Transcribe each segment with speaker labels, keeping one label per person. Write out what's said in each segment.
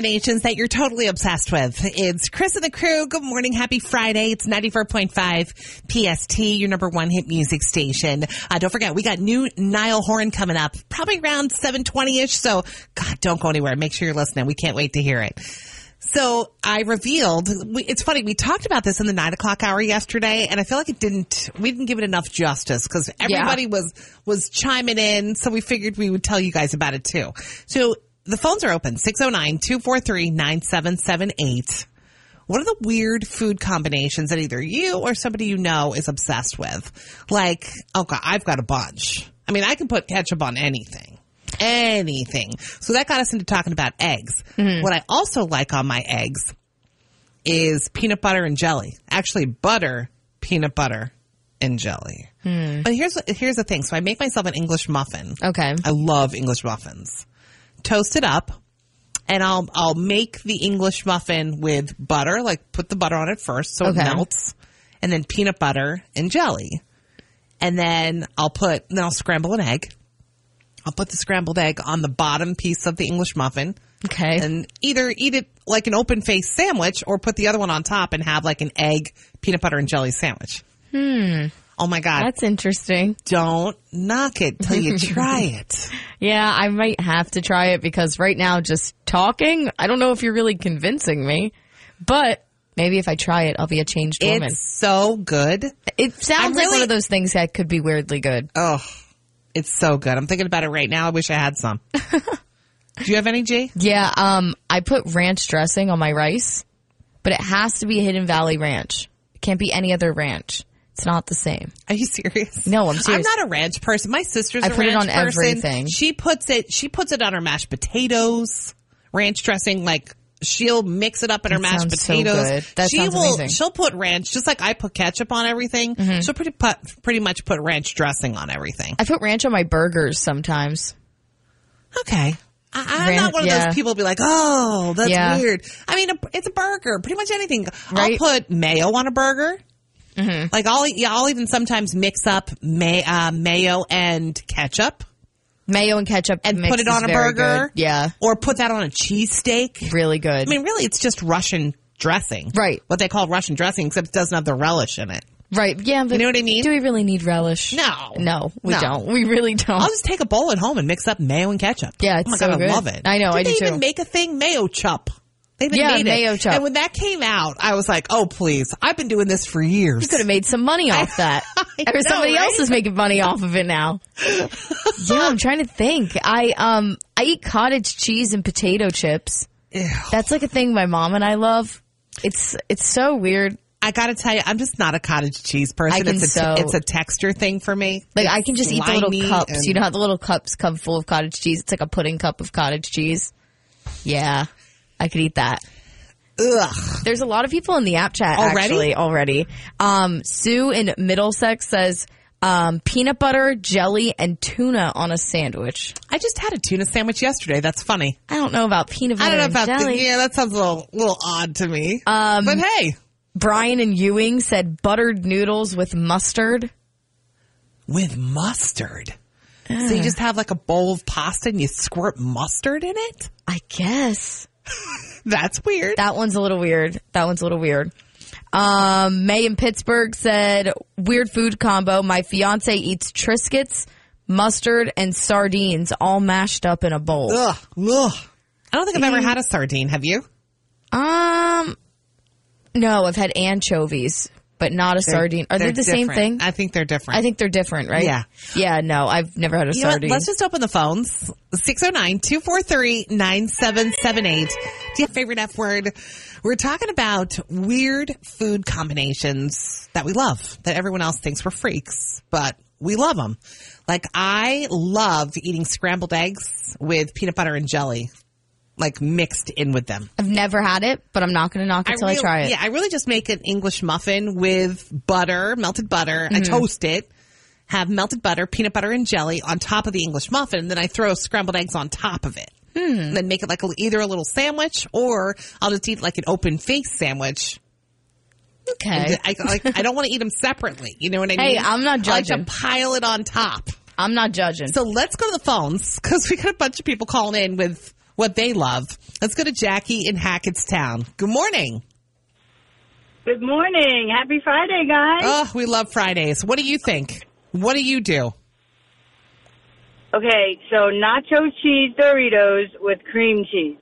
Speaker 1: destinations that you're totally obsessed with. It's Chris and the crew. Good morning. Happy Friday. It's 94.5 PST, your number one hit music station. Uh, don't forget, we got new Nile Horn coming up probably around 720-ish. So God, don't go anywhere. Make sure you're listening. We can't wait to hear it. So I revealed. We, it's funny. We talked about this in the nine o'clock hour yesterday, and I feel like it didn't. We didn't give it enough justice because everybody was was chiming in. So we figured we would tell you guys about it too. So the phones are open 609-243-9778. What are the weird food combinations that either you or somebody you know is obsessed with? Like, oh god, I've got a bunch. I mean, I can put ketchup on anything anything. So that got us into talking about eggs. What I also like on my eggs is peanut butter and jelly. Actually, butter, peanut butter, and jelly. But here's here's the thing. So I make myself an English muffin.
Speaker 2: Okay.
Speaker 1: I love English muffins. Toast it up, and I'll I'll make the English muffin with butter. Like put the butter on it first, so
Speaker 2: Okay.
Speaker 1: it melts, and then peanut butter and jelly, and then I'll put then I'll scramble an egg. I'll put the scrambled egg on the bottom piece of the English muffin,
Speaker 2: Okay.
Speaker 1: and either eat it like an open faced sandwich, or put the other one on top and have like an egg peanut butter and jelly sandwich. Hmm. Oh my god!
Speaker 2: That's interesting.
Speaker 1: Don't knock it till you try it.
Speaker 2: Yeah, I might have to try it because right now, just talking, I don't know if you're really convincing me. But maybe if I try it, I'll be a changed woman.
Speaker 1: It's so good.
Speaker 2: it sounds like one
Speaker 1: really-
Speaker 2: of those things that could be weirdly good.
Speaker 1: Oh, it's so good. I'm thinking about it right now. I wish I had some. Do you have any, G?
Speaker 2: Yeah, um, I put ranch dressing on my rice, but it has to be Hidden Valley Ranch. It can't be any other ranch. It's not the same.
Speaker 1: Are you serious?
Speaker 2: No, I'm serious.
Speaker 1: I'm not a ranch person. My sister's
Speaker 2: I
Speaker 1: a
Speaker 2: put it
Speaker 1: ranch
Speaker 2: on
Speaker 1: person.
Speaker 2: everything.
Speaker 1: She puts it. She puts it on her mashed potatoes, ranch dressing. Like she'll mix it up in her mashed
Speaker 2: sounds so
Speaker 1: potatoes.
Speaker 2: good. That
Speaker 1: she
Speaker 2: sounds
Speaker 1: will.
Speaker 2: amazing. Mm-hmm.
Speaker 1: She'll put ranch, just like I put ketchup on everything. She'll pretty put, pretty much put ranch dressing on everything.
Speaker 2: I put ranch on my burgers sometimes.
Speaker 1: Okay. I, I'm
Speaker 2: Ran-
Speaker 1: not one of
Speaker 2: yeah.
Speaker 1: those people to be like, oh, that's
Speaker 2: Yeah.
Speaker 1: weird. I mean, a, it's a burger. Pretty much anything.
Speaker 2: Right. Mm-hmm.
Speaker 1: I'll put mayo on a burger. Like I'll, yeah, I'll even sometimes mix up may, uh, mayo and ketchup
Speaker 2: Mayo and ketchup
Speaker 1: and put it on a burger.
Speaker 2: Yeah,
Speaker 1: Or put that on a cheesesteak.
Speaker 2: really good.
Speaker 1: I mean, really, it's just Russian dressing.
Speaker 2: Right.
Speaker 1: What they call Russian dressing, except it doesn't have the relish in it.
Speaker 2: right? Yeah, but
Speaker 1: You know what I mean?
Speaker 2: Do we really need relish?
Speaker 1: No.
Speaker 2: no, we
Speaker 1: No.
Speaker 2: don't. We really don't.
Speaker 1: I'll just take a bowl at home and mix up mayo and ketchup.
Speaker 2: Yeah, it's
Speaker 1: oh my
Speaker 2: so
Speaker 1: god,
Speaker 2: good.
Speaker 1: I love it.
Speaker 2: I know,
Speaker 1: Did
Speaker 2: I do
Speaker 1: they
Speaker 2: too.
Speaker 1: even make a thing mayo chup? They even
Speaker 2: Yeah,
Speaker 1: made it.
Speaker 2: mayo chup.
Speaker 1: And when that came out, I was like, "Oh please, I've been doing this for years."
Speaker 2: could have made some money off that.
Speaker 1: I
Speaker 2: or
Speaker 1: know,
Speaker 2: somebody
Speaker 1: right?
Speaker 2: else is making money off of it now. yeah, I'm trying to think. I um I eat cottage cheese and potato chips.
Speaker 1: Ew.
Speaker 2: That's like a thing my mom and I love. It's it's so weird.
Speaker 1: I got to tell you, I'm just not a cottage cheese person.
Speaker 2: I can
Speaker 1: it's a
Speaker 2: so-
Speaker 1: it's a texture thing for me.
Speaker 2: Like I can just eat the little
Speaker 1: slimy
Speaker 2: cups.
Speaker 1: and-
Speaker 2: You know how the little cups come full of cottage cheese? It's like a pudding cup of cottage cheese. Yeah. I could eat that.
Speaker 1: Ugh.
Speaker 2: There's a lot of people in the app chat
Speaker 1: Already?
Speaker 2: actually already. Um, Sue in Middlesex says um, peanut butter, jelly, and tuna on a sandwich.
Speaker 1: I just had a tuna sandwich yesterday. That's funny.
Speaker 2: I don't know about peanut
Speaker 1: I
Speaker 2: butter
Speaker 1: don't know about
Speaker 2: and jelly.
Speaker 1: the, yeah. That sounds a little little odd to me. Um, but hey,
Speaker 2: Brian and Ewing said buttered noodles with mustard.
Speaker 1: with mustard. So
Speaker 2: Uh.
Speaker 1: you just have like a bowl of pasta and you squirt mustard in it.
Speaker 2: I guess
Speaker 1: That's weird.
Speaker 2: that one's a little weird. That one's a little weird. Um, May in Pittsburgh said weird food combo. My fiance eats triscuits, mustard, and sardines all mashed up in a bowl.
Speaker 1: Ugh, ugh. I don't think I've ever had a sardine. Have you?
Speaker 2: Um, no, I've had anchovies, but not a sardine. Are they
Speaker 1: They're
Speaker 2: the same
Speaker 1: different.
Speaker 2: thing?
Speaker 1: I think they're different.
Speaker 2: I think they're different, right?
Speaker 1: Yeah.
Speaker 2: Yeah, no, I've never had a
Speaker 1: You know what?
Speaker 2: sardine.
Speaker 1: Let's just open the phones. 609-243-9778. Do you have a favorite F word? We're talking about weird food combinations that we love, that everyone else thinks we're freaks, but we love them. Like I love eating scrambled eggs with peanut butter and jelly, like mixed in with them.
Speaker 2: I've never had it, but I'm not going to knock it till I
Speaker 1: really-
Speaker 2: try it.
Speaker 1: Yeah, I really just make an English muffin with butter, melted butter. I
Speaker 2: Mm-hmm.
Speaker 1: toast it, have melted butter, peanut butter, and jelly on top of the English muffin, and then I throw scrambled eggs on top of it.
Speaker 2: Hmm.
Speaker 1: And then make it like a, either a little sandwich or I'll just eat like an open face sandwich.
Speaker 2: Okay.
Speaker 1: I, like, I don't want to eat them separately. You know what I mean?
Speaker 2: Hey, I'm not
Speaker 1: I
Speaker 2: judging.
Speaker 1: like to pile it on top.
Speaker 2: I'm not judging.
Speaker 1: So let's go to the phones because we got a bunch of people calling in with what they love. Let's go to Jackie in Hackettstown. Good morning.
Speaker 3: Good morning. Happy Friday, guys.
Speaker 1: Oh, we love Fridays. What do you think? What do you do?
Speaker 3: okay, so nacho cheese Doritos with cream cheese.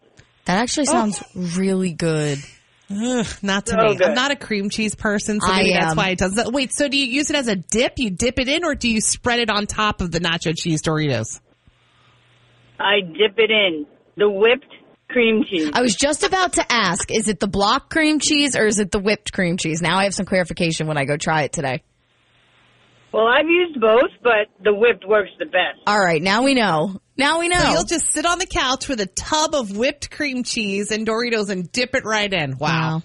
Speaker 2: That actually sounds really good.
Speaker 1: Ugh, not to
Speaker 3: So
Speaker 1: me. I'm
Speaker 3: good.
Speaker 1: not a cream cheese person, so
Speaker 2: I
Speaker 1: maybe that's
Speaker 2: am.
Speaker 1: why it does that. Wait, so do you use it as a dip? You dip it in, or do you spread it on top of the nacho cheese Doritos?
Speaker 3: I dip it in the whipped cream cheese.
Speaker 2: I was just about to ask, is it the block cream cheese or is it the whipped cream cheese? Now I have some clarification when I go try it today.
Speaker 3: Well, I've used both, but the whipped works the best.
Speaker 2: All right, now we know. Now we know.
Speaker 1: You'll just sit on the couch with a tub of whipped cream cheese and Doritos and dip it right in. Wow.
Speaker 2: Wow.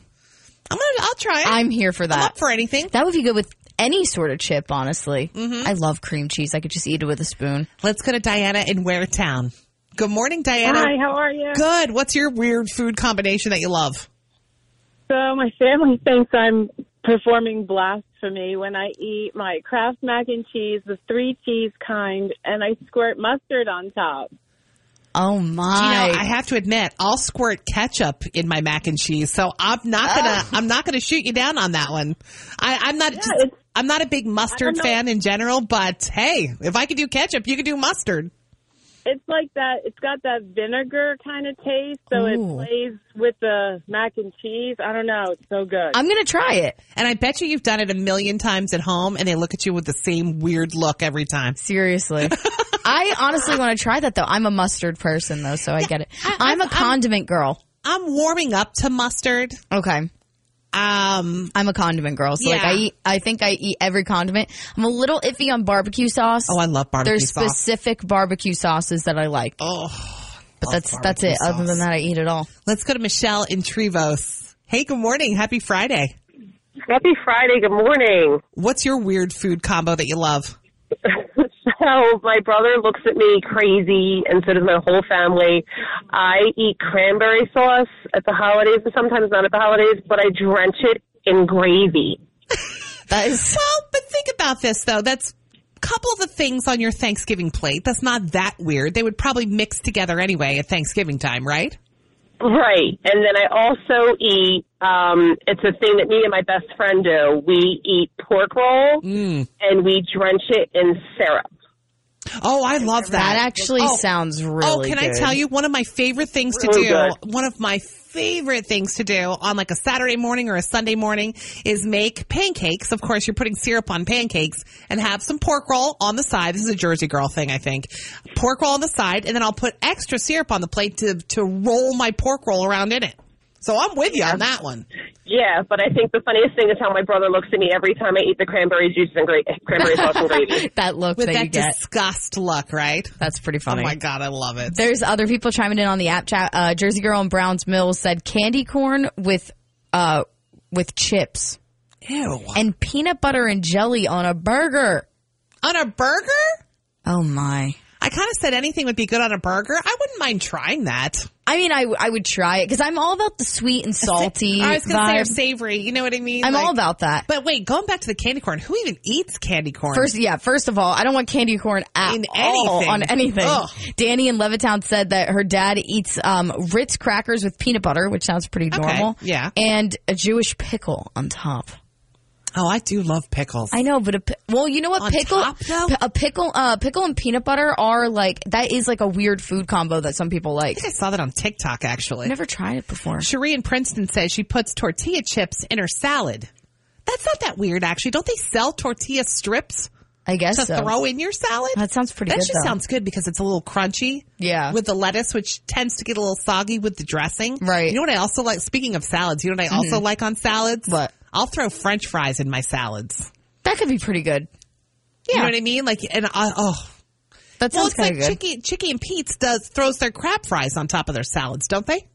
Speaker 1: I'm gonna, I'll try it.
Speaker 2: I'm here for
Speaker 1: I'm up
Speaker 2: that.
Speaker 1: for anything.
Speaker 2: That would be good with any sort of chip, honestly.
Speaker 1: Mm-hmm.
Speaker 2: I love cream cheese. I could just eat it with a spoon.
Speaker 1: Let's go to Diana in Ware Town. Good morning, Diana.
Speaker 4: Hi, how are you?
Speaker 1: Good. What's your weird food combination that you love?
Speaker 4: So my family thinks I'm performing blasphemy when I eat my Kraft mac and cheese, the three cheese kind, and I squirt mustard on top.
Speaker 2: Oh
Speaker 1: You
Speaker 2: my.
Speaker 1: know, I have to admit, I'll squirt ketchup in my mac and cheese, so I'm not gonna, I'm not gonna shoot you down on that one. I, I'm not, just,
Speaker 4: it's-
Speaker 1: I'm not a big mustard
Speaker 4: know.
Speaker 1: fan in general, but hey, if I could do ketchup, you could do mustard.
Speaker 4: It's like that. It's got that vinegar kind of taste, so
Speaker 2: Ooh.
Speaker 4: it plays with the mac and cheese. I don't know. It's so good.
Speaker 2: I'm going to try it.
Speaker 1: And I bet you you've done it a million times at home, and they look at you with the same weird look every time.
Speaker 2: Seriously. I honestly want to try that though. I'm a mustard person though, so I get it. I, am a condiment girl.
Speaker 1: I'm warming up to mustard.
Speaker 2: Okay.
Speaker 1: Um,
Speaker 2: I'm a condiment girl. So like
Speaker 1: Yeah.
Speaker 2: I eat I think I eat every condiment. I'm a little iffy on barbecue sauce.
Speaker 1: oh, I love barbecue
Speaker 2: There's
Speaker 1: sauce.
Speaker 2: specific barbecue sauces that I like.
Speaker 1: Oh,
Speaker 2: but that's that's
Speaker 1: barbecue
Speaker 2: it. Other than that I eat it all.
Speaker 1: Let's go to Michelle in Trevose. Hey, good morning. Happy Friday.
Speaker 5: Happy Friday. Good morning.
Speaker 1: What's your weird food combo that you love?
Speaker 5: So my brother looks at me crazy, and so does my whole family. I eat cranberry sauce at the holidays, and sometimes not at the holidays, but I drench it in gravy.
Speaker 2: That is
Speaker 1: Well, but think about this though. That's a couple of the things on your Thanksgiving plate. That's not that weird. They would probably mix together anyway at Thanksgiving time, right?
Speaker 5: Right. And then I also eat, um, it's a thing that me and my best friend do. We eat pork roll, and we drench it in syrup.
Speaker 1: Oh, I love that.
Speaker 2: that actually
Speaker 1: Oh,
Speaker 2: sounds really
Speaker 1: Oh, can I
Speaker 2: good.
Speaker 1: tell you one of my favorite things to
Speaker 5: Really
Speaker 1: do?
Speaker 5: good.
Speaker 1: One of my favorite things to do on like a Saturday morning or a Sunday morning is make pancakes. Of course, you're putting syrup on pancakes and have some pork roll on the side. This is a Jersey girl thing, I think. Pork roll on the side, and then I'll put extra syrup on the plate to to roll my pork roll around in it. So I'm with you on that one.
Speaker 5: Yeah, but I think the funniest thing is how my brother looks at me every time I eat the cranberry juice and gra- cranberry sauce and gravy.
Speaker 2: that look
Speaker 1: With
Speaker 2: that, you
Speaker 1: that
Speaker 2: get.
Speaker 1: disgust look, right?
Speaker 2: that's pretty
Speaker 1: Oh
Speaker 2: funny.
Speaker 1: my god, I love it.
Speaker 2: There's other people chiming in on the app chat. Uh, Jersey Girl and Browns Mills said candy corn with uh, with chips
Speaker 1: Ew.
Speaker 2: and peanut butter and jelly on a burger.
Speaker 1: On a burger?
Speaker 2: Oh my!
Speaker 1: I kind of said anything would be good on a burger. I wouldn't mind trying that.
Speaker 2: I mean, I, w- I would try it because I'm all about the sweet and salty.
Speaker 1: I was gonna say or
Speaker 2: vibe.
Speaker 1: savory. You know what I mean?
Speaker 2: I'm
Speaker 1: Like-
Speaker 2: all about that.
Speaker 1: But wait, going back to the candy corn, who even eats candy corn?
Speaker 2: First, yeah. First of all, I don't want candy corn at
Speaker 1: In
Speaker 2: all
Speaker 1: anything.
Speaker 2: on anything.
Speaker 1: Ugh.
Speaker 2: Danny in Levittown said that her dad eats um, Ritz crackers with peanut butter, which sounds pretty normal.
Speaker 1: yeah.
Speaker 2: and a Jewish pickle on top.
Speaker 1: oh, I do love pickles.
Speaker 2: I know, but a pi- well, you know what?
Speaker 1: On
Speaker 2: pickle,
Speaker 1: top, though?
Speaker 2: p- a pickle, uh, pickle and peanut butter are like that is like a weird food combo that some people like.
Speaker 1: I saw that on TikTok actually.
Speaker 2: I've never tried it before.
Speaker 1: Cherie in Princeton says she puts tortilla chips in her salad. That's not that weird, actually. Don't they sell tortilla strips
Speaker 2: I guess
Speaker 1: to
Speaker 2: so.
Speaker 1: throw in your salad?
Speaker 2: That sounds pretty
Speaker 1: That
Speaker 2: good,
Speaker 1: just
Speaker 2: though.
Speaker 1: sounds good because it's a little crunchy.
Speaker 2: Yeah.
Speaker 1: With the lettuce, which tends to get a little soggy with the dressing.
Speaker 2: Right. Mm-hmm.
Speaker 1: You know what I also like? Speaking of salads, you know what I also like on salads?
Speaker 2: What?
Speaker 1: I'll throw French fries in my salads.
Speaker 2: that could be pretty good.
Speaker 1: You know what I mean? Like, and I, oh,
Speaker 2: That
Speaker 1: Well,
Speaker 2: sounds
Speaker 1: it's like
Speaker 2: kind of good.
Speaker 1: Chicky, Chicky and Pete's does throws their crab fries on top of their salads, don't they?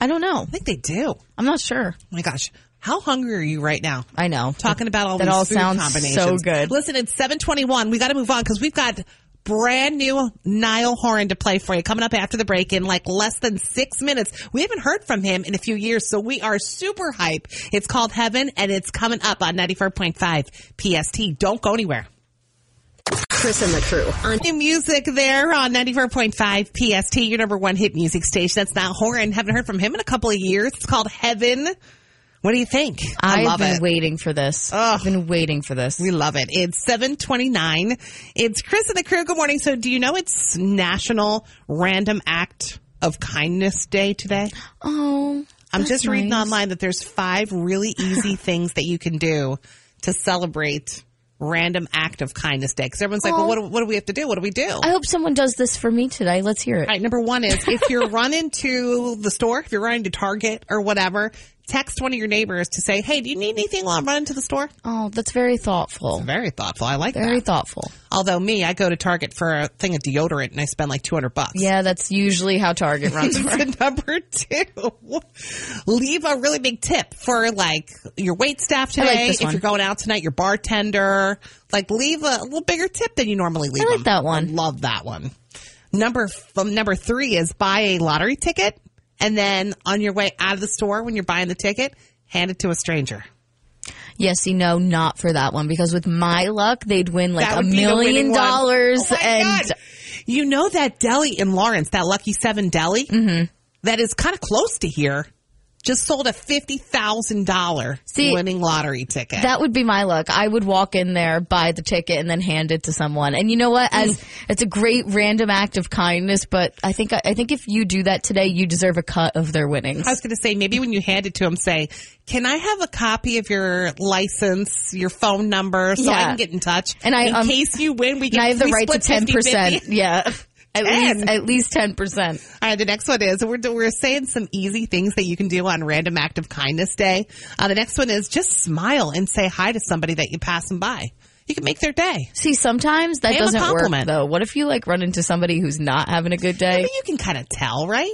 Speaker 1: I
Speaker 2: I don't know.
Speaker 1: think they do. Oh
Speaker 2: I'm not sure.
Speaker 1: my gosh, how hungry are you right now?
Speaker 2: I know.
Speaker 1: Talking about all
Speaker 2: that
Speaker 1: these
Speaker 2: all
Speaker 1: food
Speaker 2: sounds
Speaker 1: combinations.
Speaker 2: so good.
Speaker 1: Listen, it's seven twenty one. We got to move on because we've got brand new Niall Horan to play for you coming up after the break in like less than six minutes. We haven't heard from him in a few years, so we are super hype. It's called Heaven, and it's coming up on ninety four point five PST. Don't go anywhere.
Speaker 6: Chris and the crew on
Speaker 1: New music there on 94.5 PST, your number one hit music station. That's not Horan. Haven't heard from him in a couple of years. It's called Heaven. What do you think? I
Speaker 2: I've
Speaker 1: love
Speaker 2: been
Speaker 1: it.
Speaker 2: waiting for this. I've been waiting for this.
Speaker 1: We love it. It's 729. It's Chris and the crew. Good morning. So do you know it's National Random Act of Kindness Day today?
Speaker 2: Oh,
Speaker 1: I'm
Speaker 2: that's
Speaker 1: just reading
Speaker 2: nice.
Speaker 1: online that there's five really easy things that you can do to celebrate random act of kindness day. Cause everyone's like, well,
Speaker 2: Aw.
Speaker 1: what do, what do we have to do? What do we do?
Speaker 2: I hope someone does this for me today. Let's hear it.
Speaker 1: All right, number one is if you're running to the store, if you're running to Target or whatever, text one of your neighbors to say, hey, do you need anything while I'm running to the store?
Speaker 2: Oh, that's very thoughtful.
Speaker 1: Very thoughtful. I like
Speaker 2: Very
Speaker 1: that.
Speaker 2: thoughtful.
Speaker 1: Although me, I go to Target for a thing of deodorant and I spend like 200 bucks.
Speaker 2: Yeah, that's usually how Target runs.
Speaker 1: And number two, leave a really big tip for like your wait staff
Speaker 2: I
Speaker 1: today.
Speaker 2: like this
Speaker 1: if
Speaker 2: one.
Speaker 1: you're going out tonight, your bartender, like leave a little bigger tip than you normally leave.
Speaker 2: I like
Speaker 1: them.
Speaker 2: that one.
Speaker 1: I love that one. Number um, number three is buy a lottery ticket, and then on your way out of the store when you're buying the ticket, hand it to a stranger.
Speaker 2: yes, you know, not for that one because with my luck, they'd win like
Speaker 1: That
Speaker 2: a
Speaker 1: would be the winning
Speaker 2: million
Speaker 1: one.
Speaker 2: dollars.
Speaker 1: Oh my
Speaker 2: and
Speaker 1: God. you know that deli in Lawrence, that Lucky Seven deli,
Speaker 2: Mm-hmm.
Speaker 1: that is kind of close to here, just sold a fifty thousand dollar
Speaker 2: See,
Speaker 1: winning lottery ticket.
Speaker 2: that would be my luck. I would walk in there, buy the ticket, and then hand it to someone. And you know what?
Speaker 1: Mm.
Speaker 2: As it's a great random act of kindness, but I think I think if you do that today, you deserve a cut of their winnings.
Speaker 1: I was going to say maybe when you hand it to him, say, "Can I have a copy of your license, your phone number, so I
Speaker 2: Yeah.
Speaker 1: can get in touch?"
Speaker 2: And I,
Speaker 1: in
Speaker 2: um,
Speaker 1: case you win, we
Speaker 2: and
Speaker 1: can.
Speaker 2: I have the
Speaker 1: we
Speaker 2: right to
Speaker 1: split
Speaker 2: ten
Speaker 1: 50-50.
Speaker 2: percent. Yeah. At least,
Speaker 1: And-
Speaker 2: at least ten percent.
Speaker 1: All right, the next one is we're, we're saying some easy things that you can do on Random Act of Kindness Day. Uh, the next one is just smile and say hi to somebody that you pass them by. You can make their day.
Speaker 2: See, sometimes that
Speaker 1: Pay 'em a
Speaker 2: doesn't work
Speaker 1: compliment.
Speaker 2: though. What if you like run into somebody who's not having a good
Speaker 1: I
Speaker 2: day?
Speaker 1: mean, you can kind of tell, right?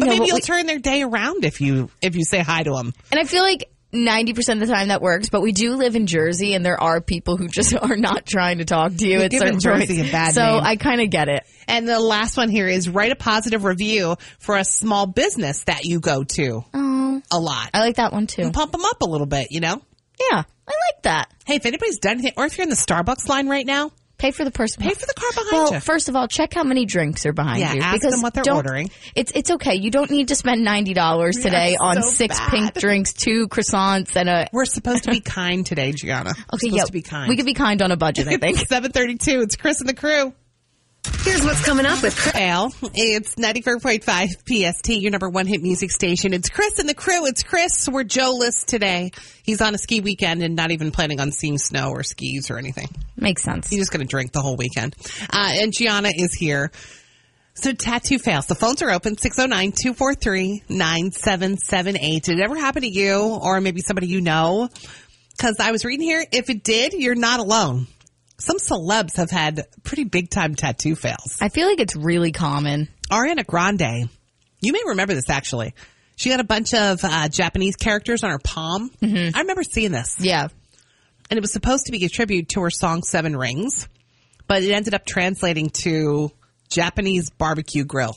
Speaker 1: but
Speaker 2: know,
Speaker 1: maybe
Speaker 2: but
Speaker 1: you'll
Speaker 2: we-
Speaker 1: turn their day around if you if you say hi to them.
Speaker 2: And I feel like 90% of the time that works, but we do live in Jersey and there are people who just are not trying to talk to you at
Speaker 1: given
Speaker 2: certain points.
Speaker 1: Jersey a bad
Speaker 2: so
Speaker 1: name.
Speaker 2: I kind of get it.
Speaker 1: And the last one here is write a positive review for a small business that you go to a lot.
Speaker 2: I like that one too.
Speaker 1: Pump them up a little bit, you know.
Speaker 2: Yeah, I like that.
Speaker 1: Hey, if anybody's done anything, or if you're in the Starbucks line right now,
Speaker 2: Pay for the person.
Speaker 1: pay for the car behind
Speaker 2: well,
Speaker 1: you.
Speaker 2: first of all, check how many drinks are behind
Speaker 1: Yeah,
Speaker 2: you.
Speaker 1: ask
Speaker 2: because
Speaker 1: them what they're
Speaker 2: don't-
Speaker 1: ordering.
Speaker 2: It's it's okay. You don't need to spend ninety dollars today on
Speaker 1: so
Speaker 2: six
Speaker 1: bad.
Speaker 2: pink drinks, two croissants, and a
Speaker 1: We're supposed to be kind today, Gianna. We're
Speaker 2: okay.
Speaker 1: supposed
Speaker 2: yeah,
Speaker 1: to be kind.
Speaker 2: we could be kind on a budget. I think.
Speaker 1: 732. It's Chris and the crew.
Speaker 6: Here's what's coming up with Chris.
Speaker 1: Al, it's 94.5 PST, your number one hit music station. It's Chris and the crew. It's Chris. We're Joe List today. He's on a ski weekend and not even planning on seeing snow or skis or anything.
Speaker 2: Makes sense.
Speaker 1: He's just going to drink the whole weekend. Uh, and Gianna is here. So tattoo fails. The phones are open 609-243-9778. Did it ever happen to you or maybe somebody you know? Cuz I was reading here if it did, you're not alone. Some celebs have had pretty big time tattoo fails.
Speaker 2: I feel like it's really common.
Speaker 1: Ariana Grande. You may remember this actually. She had a bunch of uh, Japanese characters on her palm. I remember seeing this
Speaker 2: Yeah.
Speaker 1: and it was supposed to be a tribute to her song Seven Rings, but it ended up translating to Japanese barbecue grill.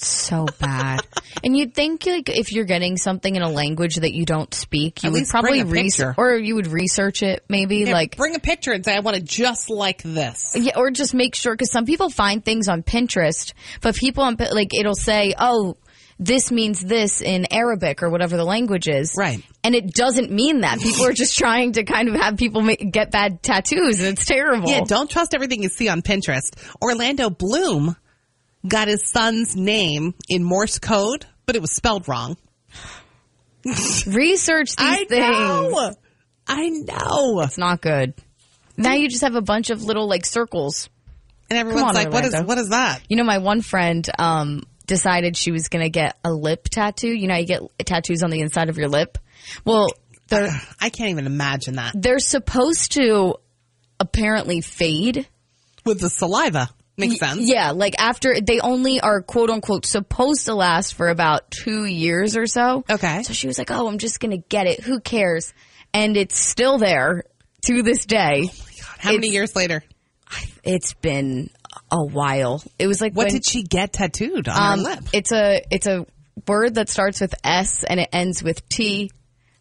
Speaker 2: So bad. and you'd think like if you're getting something in a language that you don't speak, you
Speaker 1: At
Speaker 2: would
Speaker 1: least
Speaker 2: probably
Speaker 1: bring a picture.
Speaker 2: research or you would research it maybe
Speaker 1: Yeah,
Speaker 2: like
Speaker 1: bring a picture and say, I want it just like this.
Speaker 2: yeah, or just make sure because some people find things on Pinterest, but people on Pin- like it'll say, "Oh, this means this in Arabic or whatever the language is,"
Speaker 1: Right.
Speaker 2: And it doesn't mean that. People are just trying to kind of have people ma- get bad tattoos, and it's terrible.
Speaker 1: Yeah, don't trust everything you see on Pinterest. Orlando Bloom got his son's name in Morse code, but it was spelled wrong.
Speaker 2: research these
Speaker 1: I
Speaker 2: things.
Speaker 1: know. I know.
Speaker 2: It's not good. Now you just have a bunch of little like circles.
Speaker 1: And everyone's
Speaker 2: on,
Speaker 1: like, what is
Speaker 2: Orlando.
Speaker 1: what is that?
Speaker 2: You know, my one friend um, decided she was going to get a lip tattoo. You know, how you get tattoos on the inside of your lip. Well, they're
Speaker 1: I can't even imagine that.
Speaker 2: they're supposed to apparently fade.
Speaker 1: With the saliva. Makes sense.
Speaker 2: Yeah, like after they only are quote unquote supposed to last for about two years or so.
Speaker 1: Okay.
Speaker 2: So she was like, "Oh, I'm just going to get it. Who cares?" And it's still there to this day.
Speaker 1: How many years later?
Speaker 2: It's been a while. It was like
Speaker 1: What
Speaker 2: when,
Speaker 1: did she get tattooed on
Speaker 2: Um,
Speaker 1: her lip?
Speaker 2: It's a it's a word that starts with S and it ends with T.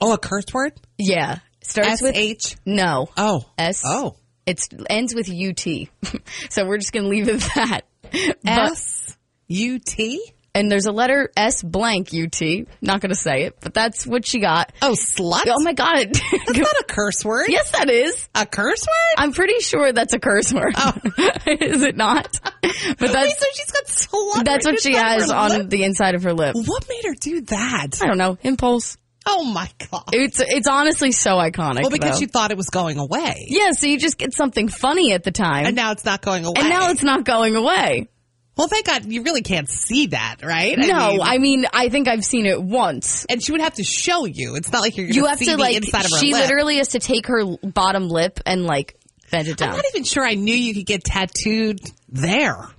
Speaker 1: Oh, a curse word?
Speaker 2: Yeah, starts
Speaker 1: S
Speaker 2: with
Speaker 1: H.
Speaker 2: No.
Speaker 1: Oh.
Speaker 2: S
Speaker 1: Oh.
Speaker 2: It ends with UT. so we're just going to leave it at that. But-
Speaker 1: S U T.
Speaker 2: and there's a letter S blank UT. Not going to say it, but that's what she got.
Speaker 1: Oh, slut.
Speaker 2: Oh my God.
Speaker 1: That's not a curse word.
Speaker 2: yes, that is.
Speaker 1: A curse word?
Speaker 2: I'm pretty sure that's a curse word.
Speaker 1: Oh.
Speaker 2: is it not? But
Speaker 1: Wait,
Speaker 2: that's,
Speaker 1: so she's got slut.
Speaker 2: Uh, that's what
Speaker 1: written
Speaker 2: she has
Speaker 1: her
Speaker 2: on
Speaker 1: lip?
Speaker 2: the inside of her lip.
Speaker 1: What made her do that?
Speaker 2: I don't know. Impulse.
Speaker 1: Oh my god.
Speaker 2: It's, it's honestly so iconic.
Speaker 1: Well, because
Speaker 2: though.
Speaker 1: she thought it was going away.
Speaker 2: Yeah, so you just get something funny at the time.
Speaker 1: And now it's not going away.
Speaker 2: And now it's not going away.
Speaker 1: well, thank God you really can't see that, right?
Speaker 2: no,
Speaker 1: mean,
Speaker 2: I mean, I think I've seen it once.
Speaker 1: and she would have to show you. It's not like you're.
Speaker 2: You
Speaker 1: gonna
Speaker 2: have
Speaker 1: see
Speaker 2: to
Speaker 1: the
Speaker 2: like,
Speaker 1: Inside of her
Speaker 2: she
Speaker 1: lip.
Speaker 2: literally has to take her bottom lip and like bend it
Speaker 1: I'm
Speaker 2: down.
Speaker 1: not even sure I knew you could get tattooed there,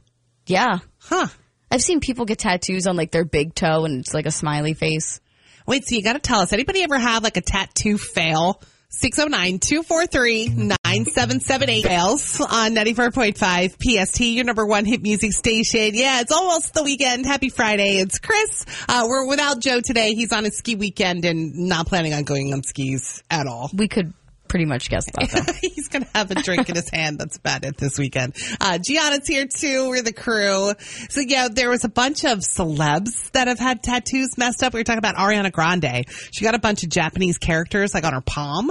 Speaker 2: yeah.
Speaker 1: huh?
Speaker 2: I've seen people get tattoos on like their big toe and it's like a smiley face.
Speaker 1: Wait, so you got to tell us. Anybody ever have like a tattoo fail? 609-243-9778 fails on 94.5 PST, your number one hit music station. Yeah, it's almost the weekend. Happy Friday. It's Chris. Uh, we're without Joe today. He's on a ski weekend and not planning on going on skis at all.
Speaker 2: We could pretty much guess that though.
Speaker 1: He's going to have a drink in his hand. That's about it this weekend. Uh, Gianna's here too. We're the crew. So yeah, there was a bunch of celebs that have had tattoos messed up. We were talking about Ariana Grande. She got a bunch of Japanese characters like on her palm.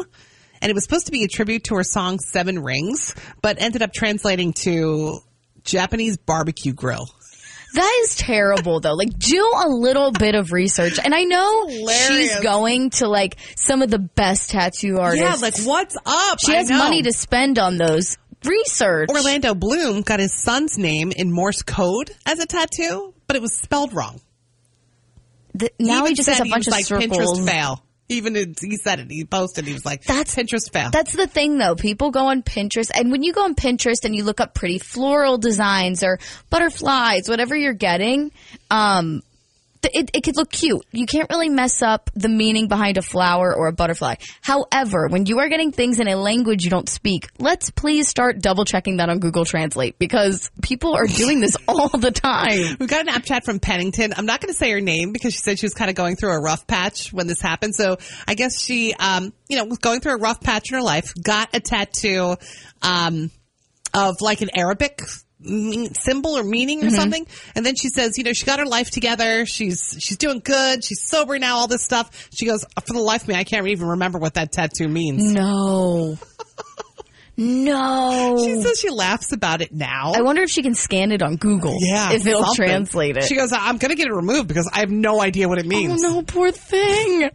Speaker 1: And it was supposed to be a tribute to her song Seven Rings, but ended up translating to Japanese barbecue grill.
Speaker 2: That is terrible though. Like do a little bit of research. And I know she's
Speaker 1: Hilarious.
Speaker 2: going to like some of the best tattoo artists.
Speaker 1: Yeah, like what's up?
Speaker 2: she
Speaker 1: I
Speaker 2: has
Speaker 1: know.
Speaker 2: money to spend on those. Research.
Speaker 1: Orlando Bloom got his son's name in Morse code as a tattoo, but it was spelled wrong.
Speaker 2: The- now he
Speaker 1: even
Speaker 2: just has
Speaker 1: said
Speaker 2: a bunch
Speaker 1: he was
Speaker 2: of
Speaker 1: like
Speaker 2: circles.
Speaker 1: Pinterest fail. Even it- he said it. He posted. He was like,
Speaker 2: That's-
Speaker 1: "That's Pinterest fail."
Speaker 2: That's the thing though. People go on Pinterest and when you go on Pinterest and you look up pretty floral designs or butterflies, whatever you're getting, um, th- it, it could look cute. You can't really mess up the meaning behind a flower or a butterfly. However, when you are getting things in a language you don't speak, let's please start double checking that on Google Translate because people are doing this all the time.
Speaker 1: we got an app chat from Pennington. I'm not going to say her name because she said she was kind of going through a rough patch when this happened. So I guess she, um, you know, was going through a rough patch in her life. Got a tattoo um, of like an Arabic mean- symbol or meaning or
Speaker 2: Mm-hmm.
Speaker 1: something and then she says you know she got her life together she's she's doing good she's sober now all this stuff she goes for the life of me i can't even remember what that tattoo means
Speaker 2: Mm. No. No.
Speaker 1: She says she laughs about it now.
Speaker 2: I wonder if she can scan it on Google.
Speaker 1: yeah,
Speaker 2: If it'll
Speaker 1: something.
Speaker 2: translate it.
Speaker 1: She goes, "I'm going to get it removed because I have no idea what it
Speaker 2: Oh
Speaker 1: means."
Speaker 2: no, poor thing.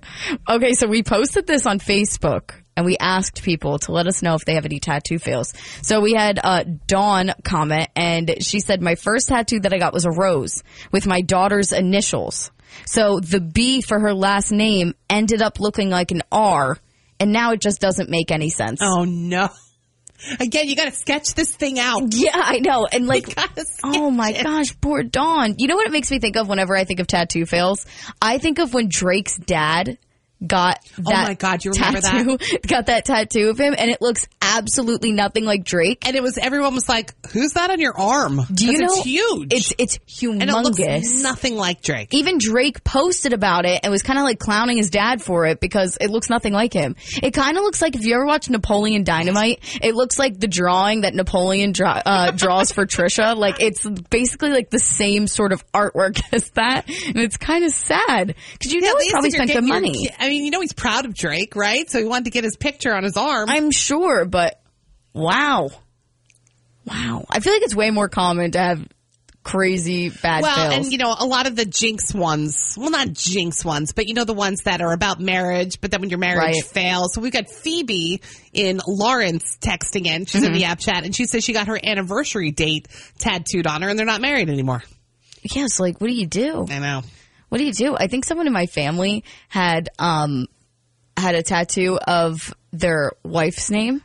Speaker 2: Okay, so we posted this on Facebook and we asked people to let us know if they have any tattoo fails. So we had uh, Dawn comment and she said, My first tattoo that I got was a rose with my daughter's initials. So the B for her last name ended up looking like an R and now it just doesn't make any sense.
Speaker 1: Oh no! Again, you got to sketch this thing out.
Speaker 2: Yeah, I know. And like,
Speaker 1: gotta sketch
Speaker 2: oh my gosh, poor Dawn. You know what it makes me think of whenever I think of tattoo fails? I think of when Drake's dad got that
Speaker 1: Oh my God, you remember
Speaker 2: tattoo, got that tattoo of him and it looks absolutely nothing like Drake.
Speaker 1: And it was everyone was like, "Who's that on your arm?"
Speaker 2: Do you
Speaker 1: 'Cause
Speaker 2: know
Speaker 1: it's huge?
Speaker 2: It's it's humongous.
Speaker 1: and it looks nothing like Drake.
Speaker 2: even Drake posted about it and was kind of like clowning his dad for it because it looks nothing like him. It kind of looks like if you ever watch Napoleon Dynamite, it looks like the drawing that Napoleon draw, uh, draws for Trisha. Like it's basically like the same sort of artwork as that, and it's kind of sad because you know he
Speaker 1: At
Speaker 2: probably
Speaker 1: least if you're
Speaker 2: spent good
Speaker 1: getting your
Speaker 2: money.
Speaker 1: ki- I mean, you know he's proud of Drake, right? So he wanted to get his picture on his arm.
Speaker 2: I'm sure, but wow, wow. I feel like it's way more common to have crazy bad
Speaker 1: well,
Speaker 2: fails.
Speaker 1: and you know, a lot of the jinx ones, well, not jinx ones, but you know, the ones that are about marriage, but then when your marriage
Speaker 2: Right.
Speaker 1: fails. So we've got Phoebe in Lawrence texting in. She's in the app chat and she says she got her anniversary date tattooed on her and they're not married anymore.
Speaker 2: yeah, it's like what do you do?
Speaker 1: I know.
Speaker 2: what do you do? I think someone in my family had um had a tattoo of their wife's name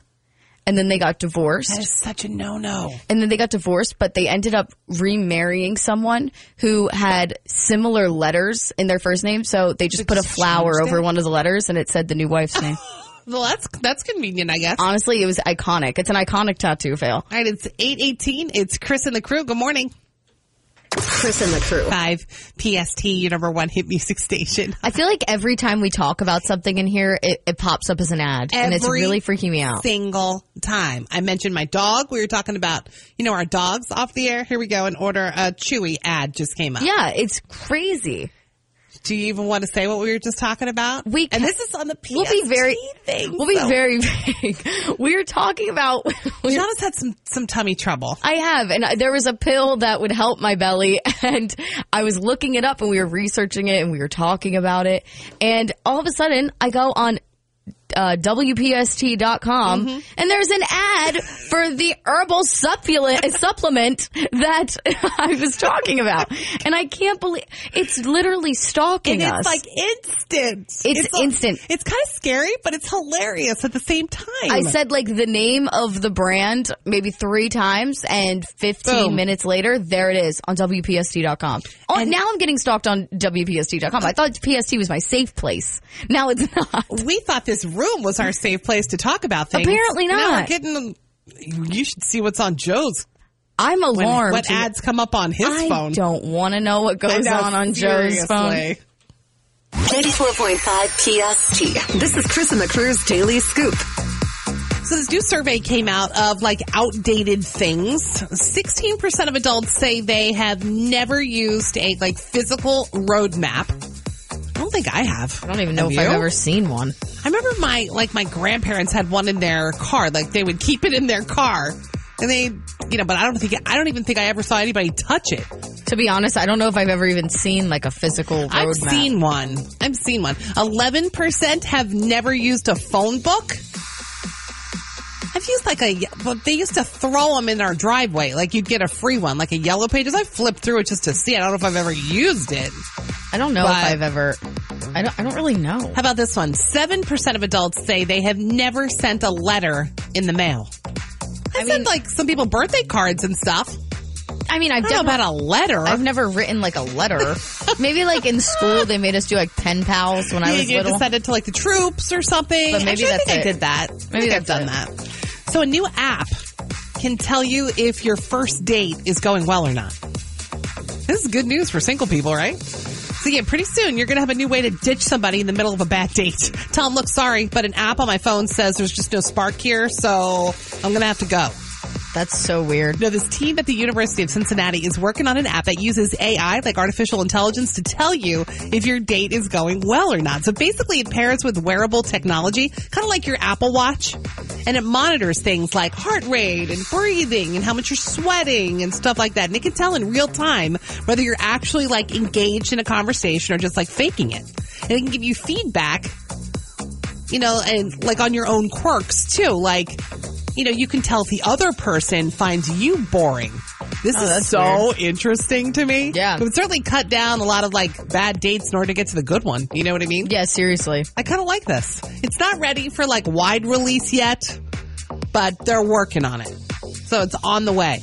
Speaker 2: and then they got divorced.
Speaker 1: It's such a no no.
Speaker 2: And then they got divorced, but they ended up remarrying someone who had similar letters in their first name, so they just put a
Speaker 1: just
Speaker 2: flower
Speaker 1: changed
Speaker 2: over
Speaker 1: it?
Speaker 2: one of the letters and it said the new wife's name.
Speaker 1: Well, that's, that's convenient, I guess.
Speaker 2: Honestly, it was iconic. It's an iconic tattoo fail.
Speaker 1: All right. It's 818. It's Chris and the crew. Good morning.
Speaker 6: Chris and the crew.
Speaker 1: 5 PST, your number one hit music station.
Speaker 2: I feel like every time we talk about something in here, it, it pops up as an ad, and it's
Speaker 1: Every
Speaker 2: really freaking me out.
Speaker 1: Single time. I mentioned my dog. We were talking about, you know, our dogs off the air. Here we go. An order, a Chewy ad just came up.
Speaker 2: Yeah, it's crazy.
Speaker 1: Do you even want to say what we were just talking about?
Speaker 2: We
Speaker 1: and
Speaker 2: ca-
Speaker 1: this is on the PST
Speaker 2: We'll be very,
Speaker 1: thing.
Speaker 2: we'll be
Speaker 1: so-
Speaker 2: very vague. We were talking about. we-
Speaker 1: Shauna's had some some tummy trouble.
Speaker 2: I have, and I- there was a pill that would help my belly, and I was looking it up, and we were researching it, and we were talking about it, and all of a sudden, I go on uh, WPST.com,
Speaker 1: Mm-hmm.
Speaker 2: and there's an ad for the herbal supplement, supplement that I was talking about, and I can't believe it's literally stalking
Speaker 1: And it's
Speaker 2: us.
Speaker 1: like instant. It's, a-
Speaker 2: instant.
Speaker 1: It's kind of scary, but it's hilarious at the same time.
Speaker 2: I said like the name of the brand maybe three times, and 15
Speaker 1: Boom.
Speaker 2: minutes later, there it is on WPST.com. Oh, now I'm getting stalked on WPST.com. I thought PST was my safe place. Now it's not.
Speaker 1: we thought this room was our safe place to talk about things.
Speaker 2: Apparently
Speaker 1: Now we're
Speaker 2: not.
Speaker 1: getting. You should see what's on Joe's.
Speaker 2: I'm
Speaker 1: When,
Speaker 2: alarmed.
Speaker 1: what ads come up on his
Speaker 2: I
Speaker 1: phone?
Speaker 2: don't want to know what goes
Speaker 1: know,
Speaker 2: on on Joe's phone.
Speaker 1: seriously.
Speaker 6: 94.5 PST. This is Chris and the crew's daily scoop.
Speaker 1: So this new survey came out of like outdated things. 16% of adults say they have never used a like physical roadmap. I don't think I have.
Speaker 2: I don't even know
Speaker 1: Have
Speaker 2: if I've
Speaker 1: you?
Speaker 2: ever seen one.
Speaker 1: I remember my like my grandparents had one in their car. Like they would keep it in their car, and they, you know. But I don't think I don't even think I ever saw anybody touch it.
Speaker 2: To be honest, I don't know if I've ever even seen like a physical roadmap.
Speaker 1: I've seen one. I've seen one. Eleven percent have never used a phone book. I've used like a, but they used to throw them in our driveway. Like you'd get a free one, like a yellow pages. I flipped through it just to see. I don't know if I've ever used it.
Speaker 2: I don't know
Speaker 1: but-
Speaker 2: if I've ever. I don't. I don't really know.
Speaker 1: How about this one? Seven percent of adults say they have never sent a letter in the mail. I, sent like some people birthday cards and stuff.
Speaker 2: I mean, I've
Speaker 1: I don't know
Speaker 2: definitely.
Speaker 1: about a letter.
Speaker 2: I've never written like a letter. Maybe like in school they made us do like pen pals when I was
Speaker 1: you
Speaker 2: little.
Speaker 1: decided to like the troops or something.
Speaker 2: But maybe
Speaker 1: Actually, I
Speaker 2: that's
Speaker 1: think I
Speaker 2: it.
Speaker 1: did that.
Speaker 2: Maybe
Speaker 1: I think I've
Speaker 2: that's
Speaker 1: done that. So a new app can tell you if your first date is going well or not. This is good news for single people, right? So yeah, pretty soon you're gonna have a new way to ditch somebody in the middle of a bad date. Tell them, look, sorry, but an app on my phone says there's just no spark here, so I'm gonna have to go.
Speaker 2: That's so weird.
Speaker 1: No, this team at the University of Cincinnati is working on an app that uses AI, like artificial intelligence, to tell you if your date is going well or not. So basically, it pairs with wearable technology, kind of like your Apple Watch, and it monitors things like heart rate and breathing and how much you're sweating and stuff like that. And it can tell in real time whether you're actually like engaged in a conversation or just like faking it. And it can give you feedback you know, and like on your own quirks too. Like, you know, you can tell if the other person finds you boring. This is so interesting to me.
Speaker 2: Oh, Yeah.
Speaker 1: It would certainly cut down a lot of like bad dates in order to get to the good one. You know what I mean?
Speaker 2: Yeah, seriously.
Speaker 1: I kind of like this. It's not ready for like wide release yet, but they're working on it. So it's on the way.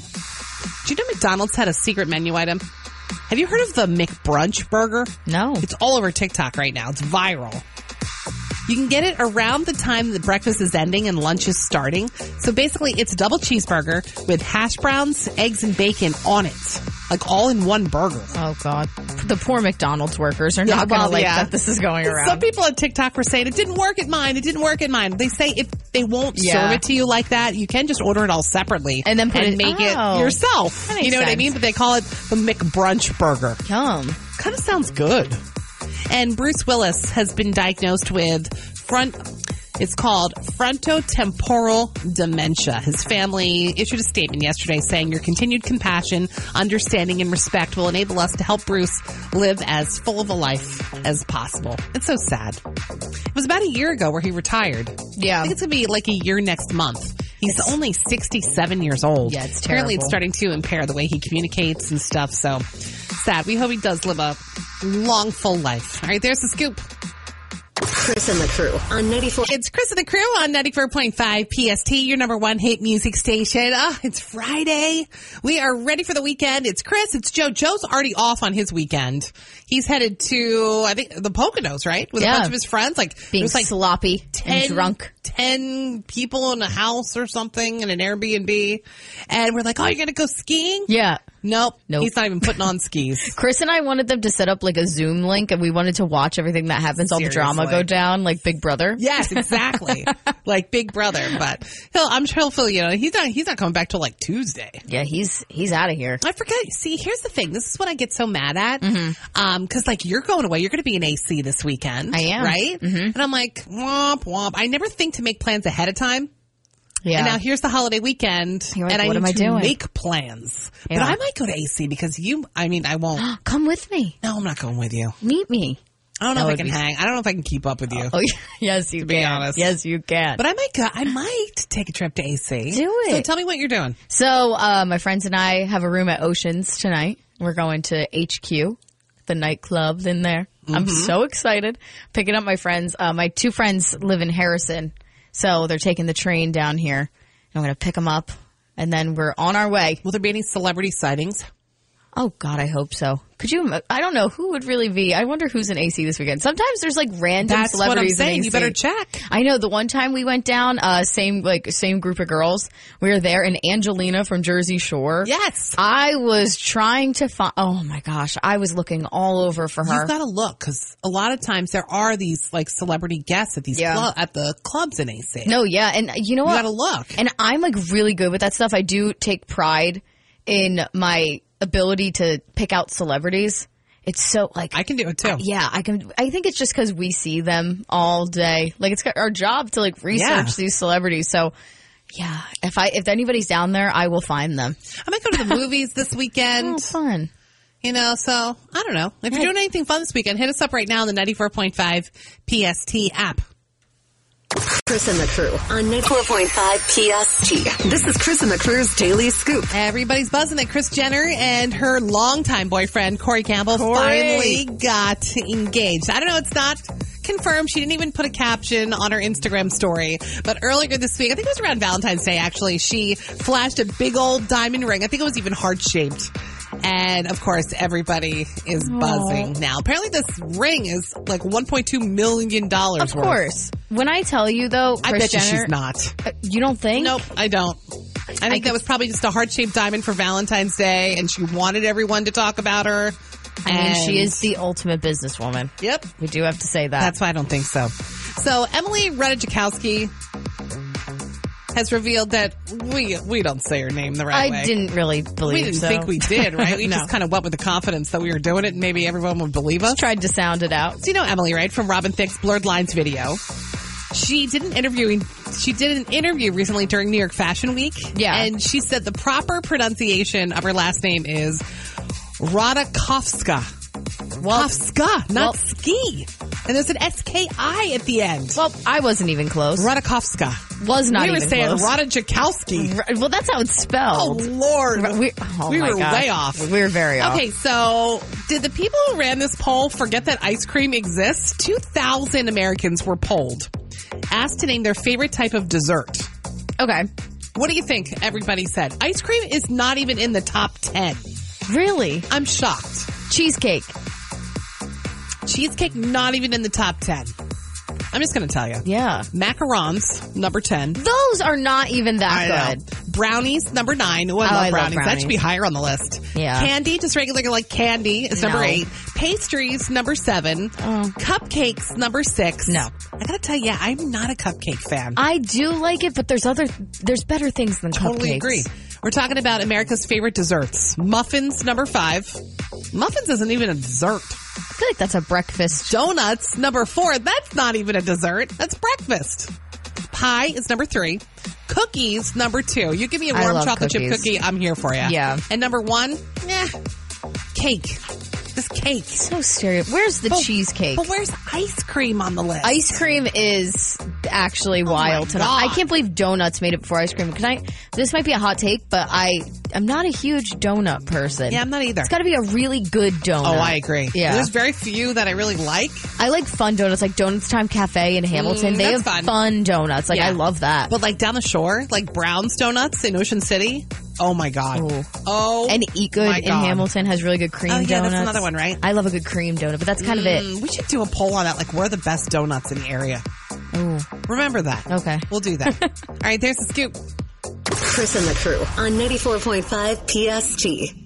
Speaker 1: Do you know McDonald's had a secret menu item? Have you heard of the McBrunch burger?
Speaker 2: No.
Speaker 1: It's all over TikTok right now. It's viral. You can get it around the time that breakfast is ending and lunch is starting. So basically, it's a double cheeseburger with hash browns, eggs, and bacon on it. Like all in one burger.
Speaker 2: Oh God, the poor McDonald's workers are
Speaker 1: Yeah,
Speaker 2: not gonna
Speaker 1: well,
Speaker 2: like
Speaker 1: yeah.
Speaker 2: that this is going around.
Speaker 1: Some people on TikTok were saying it didn't work at mine. It didn't work at mine. They say if they won't
Speaker 2: Yeah.
Speaker 1: serve it to you like that, you can just order it all separately
Speaker 2: And then put it-
Speaker 1: make it
Speaker 2: oh.
Speaker 1: yourself.
Speaker 2: That
Speaker 1: You
Speaker 2: makes
Speaker 1: know what I
Speaker 2: sense.
Speaker 1: mean? But they call it the McBrunch burger.
Speaker 2: Yum.
Speaker 1: Kind of sounds good. And Bruce Willis has been diagnosed with front. It's called frontotemporal dementia. His family issued a statement yesterday saying your continued compassion, understanding, and respect will enable us to help Bruce live as full of a life as possible. It's so sad. It was about a year ago where he retired. I
Speaker 2: Yeah.
Speaker 1: think it's gonna be like a year next month. He's only 67 years old.
Speaker 2: Yeah, it's
Speaker 1: Apparently, it's starting
Speaker 2: terrible.
Speaker 1: to impair the way he communicates and stuff. So sad. We hope he does live a long, full life. All right, there's the scoop.
Speaker 6: Chris and the crew on 94.
Speaker 1: It's Chris and the crew on 94.5 PST, your number one hit music station. Ah, it's Friday. We are ready for the weekend. It's Chris. It's Joe. Joe's already off on his weekend. He's headed to, I think, the Poconos, right? With a
Speaker 2: Yeah.
Speaker 1: bunch of his friends. Like,
Speaker 2: Being
Speaker 1: there's like
Speaker 2: sloppy and
Speaker 1: 10
Speaker 2: drunk.
Speaker 1: 10 people in a house or something in an Airbnb. And we're like, oh, you're going to go skiing?
Speaker 2: Yeah.
Speaker 1: Nope.
Speaker 2: Nope.
Speaker 1: He's not even putting on skis.
Speaker 2: Chris and I wanted them to set up like a Zoom link and we wanted to watch everything that happens, all the drama
Speaker 1: Seriously.
Speaker 2: go down, like Big Brother.
Speaker 1: Yes, exactly. like Big Brother, but he'll, I'm sure he'll fill you in. He's not, he's not coming back till like Tuesday.
Speaker 2: Yeah, he's he's out of here.
Speaker 1: I forget. See, here's the thing. This is what I get so mad at. Um, cause like you're going away. You're going to be in AC this weekend.
Speaker 2: I am.
Speaker 1: Right? And I'm like, womp, womp. I never think to make plans ahead of time.
Speaker 2: Yeah.
Speaker 1: And now here's the holiday weekend.
Speaker 2: You're like,
Speaker 1: and I
Speaker 2: what
Speaker 1: need
Speaker 2: am I
Speaker 1: to
Speaker 2: doing?
Speaker 1: make plans. But
Speaker 2: Yeah.
Speaker 1: I might go to AC because you, I mean, I won't.
Speaker 2: Come with me.
Speaker 1: no, I'm not going with you.
Speaker 2: Meet me.
Speaker 1: I don't know if
Speaker 2: That
Speaker 1: I
Speaker 2: would
Speaker 1: can
Speaker 2: be-
Speaker 1: hang. I don't know if I can keep up with you.
Speaker 2: Oh, yeah. yes, you
Speaker 1: be
Speaker 2: can.
Speaker 1: honest.
Speaker 2: Yes, you can.
Speaker 1: But I might go, I might take a trip to AC.
Speaker 2: Do
Speaker 1: So
Speaker 2: it.
Speaker 1: tell me what you're doing.
Speaker 2: so, uh, my friends and I have a room at Oceans tonight. We're going to HQ, the nightclub in there.
Speaker 1: Mm-hmm.
Speaker 2: I'm so excited. Picking up my friends. Uh, my two friends live in Harrison, so they're taking the train down here. I'm going to pick them up, and then we're on our way.
Speaker 1: Will there be any celebrity sightings?
Speaker 2: Oh God, I hope so. Could you? I don't know who would really be. I wonder who's in AC this weekend. Sometimes there's like random
Speaker 1: That's what I'm
Speaker 2: celebrities. in
Speaker 1: saying. You
Speaker 2: AC.
Speaker 1: better check.
Speaker 2: I know the one time we went down, uh, same like same group of girls. We were there, and Angelina from Jersey Shore.
Speaker 1: Yes.
Speaker 2: I was trying to find. Oh my gosh, I was looking all over for her.
Speaker 1: You've got to look because a lot of times there are these like celebrity guests at these
Speaker 2: Yeah.
Speaker 1: club, at the clubs in AC.
Speaker 2: no, yeah, and you know
Speaker 1: you got
Speaker 2: what?
Speaker 1: to look.
Speaker 2: And I'm like really good with that stuff. I do take pride in my ability to pick out celebrities. It's so like
Speaker 1: I can do it too.
Speaker 2: Yeah, I can. I think it's just because we see them all day. Like it's our job to like research
Speaker 1: Yeah.
Speaker 2: these celebrities. So, yeah, if I if anybody's down there, I will find them.
Speaker 1: I might go to the movies this
Speaker 2: Oh,
Speaker 1: weekend.
Speaker 2: fun!
Speaker 1: You know, so I don't know. If you're doing anything fun this weekend, hit us up right now on the 94.5 PST app.
Speaker 6: Chris and the crew on 94.5 PST. This is Chris and the crew's daily scoop.
Speaker 1: Everybody's buzzing that Chris Jenner and her longtime boyfriend Corey Campbell finally got engaged. I don't know; it's not confirmed. She didn't even put a caption on her Instagram story. But earlier this week, I think it was around Valentine's Day, actually, she flashed a big old diamond ring. I think it was even heart shaped. And of course, everybody is buzzing now. Apparently, this ring is like 1.2 million dollars.
Speaker 2: Of course. When I tell you though,
Speaker 1: I
Speaker 2: Kris
Speaker 1: bet you
Speaker 2: Jenner-
Speaker 1: she's not.
Speaker 2: Uh, You don't think?
Speaker 1: Nope, I don't. I think that was probably just a heart shaped diamond for Valentine's Day, and she wanted everyone to talk about her.
Speaker 2: I mean, she
Speaker 1: And-
Speaker 2: is the ultimate businesswoman.
Speaker 1: Yep,
Speaker 2: We do have to say that.
Speaker 1: that's why I don't think so. So Emily Ratajkowski has revealed that we we don't say her name the right way.
Speaker 2: I didn't really believe.
Speaker 1: We didn't
Speaker 2: so.
Speaker 1: think we did, right? We
Speaker 2: No.
Speaker 1: just kind of went with the confidence that we were doing it, and maybe everyone would believe us.
Speaker 2: tried to sound it out.
Speaker 1: So you know Emily, right, from Robin Thicke's Blurred Lines video. She did an interview. She did an interview recently during New York Fashion Week.
Speaker 2: Yeah.
Speaker 1: and she said the proper pronunciation of her last name is Radakovska. Kofska, not
Speaker 2: well-
Speaker 1: ski. And there's an S K I at the end.
Speaker 2: Well, I wasn't even close.
Speaker 1: Radakovska.
Speaker 2: Was not
Speaker 1: we were
Speaker 2: even
Speaker 1: saying
Speaker 2: close.
Speaker 1: Radajakowski.
Speaker 2: Right. Well, that's how it's
Speaker 1: Oh
Speaker 2: spelled.
Speaker 1: Lord,
Speaker 2: We, oh
Speaker 1: We
Speaker 2: my
Speaker 1: were
Speaker 2: gosh.
Speaker 1: way off.
Speaker 2: We were very off.
Speaker 1: Okay, so did the people who ran this poll forget that ice cream exists? 2,000 Americans were polled, asked to name their favorite type of dessert.
Speaker 2: Okay.
Speaker 1: What do you think everybody said? Ice cream is not even in the top 10.
Speaker 2: Really?
Speaker 1: I'm shocked.
Speaker 2: Cheesecake.
Speaker 1: Cheesecake, not even in the top 10. I'm just going to tell you.
Speaker 2: Yeah.
Speaker 1: Macarons, number 10.
Speaker 2: Those are not even that
Speaker 1: I know.
Speaker 2: good.
Speaker 1: Brownies, number nine. Oh, I,
Speaker 2: Oh,
Speaker 1: love,
Speaker 2: I love
Speaker 1: brownies. That should
Speaker 2: brownies.
Speaker 1: be higher on the list.
Speaker 2: Yeah.
Speaker 1: Candy, just regular like candy is number
Speaker 2: No. Oh.
Speaker 1: eight. Pastries, number seven. Cupcakes, number six.
Speaker 2: No.
Speaker 1: I gotta tell you, I'm not a cupcake fan.
Speaker 2: I do like it, but there's other there's better things than
Speaker 1: totally
Speaker 2: cupcakes.
Speaker 1: agree. We're talking about America's favorite desserts. Muffins, number five. Muffins isn't even a dessert.
Speaker 2: I feel like that's a breakfast.
Speaker 1: Donuts, number four. That's not even a dessert. That's breakfast. Pie is number three. Cookies, number two. You give me a
Speaker 2: I
Speaker 1: warm
Speaker 2: love
Speaker 1: chocolate chip
Speaker 2: cookies.
Speaker 1: cookie, I'm here for you.
Speaker 2: Yeah.
Speaker 1: And number one, eh, cake. This cake.
Speaker 2: So serious. Where's the
Speaker 1: But-
Speaker 2: cheesecake?
Speaker 1: But where's ice cream on the list?
Speaker 2: Ice cream is actually wild tonight.
Speaker 1: Oh God.
Speaker 2: I can't believe donuts made it before ice cream. Can I? This might be a hot take, but I I'm not a huge donut person.
Speaker 1: Yeah, I'm not either.
Speaker 2: It's got to be a really good donut.
Speaker 1: Oh, I agree.
Speaker 2: Yeah.
Speaker 1: There's very few that I really like.
Speaker 2: I like fun donuts, like Donuts Time Cafe in Hamilton.
Speaker 1: Mm,
Speaker 2: they
Speaker 1: that's
Speaker 2: have
Speaker 1: fun.
Speaker 2: fun. donuts. Like
Speaker 1: Yeah.
Speaker 2: I love that.
Speaker 1: But like down the shore, like Brown's Donuts in Ocean City. Oh my God.
Speaker 2: Ooh.
Speaker 1: Oh.
Speaker 2: and Eat Good
Speaker 1: my
Speaker 2: in
Speaker 1: God.
Speaker 2: Hamilton has really good cream
Speaker 1: Oh, yeah, that's
Speaker 2: donuts.
Speaker 1: another one, right?
Speaker 2: I love a good cream donut, but that's kind of it.
Speaker 1: Mm, We should do a poll on that. Like, where are the best donuts in the area?
Speaker 2: Ooh.
Speaker 1: Remember that.
Speaker 2: Okay.
Speaker 1: We'll do that. All right, there's the scoop.
Speaker 6: Chris and the crew on 94.5 PST.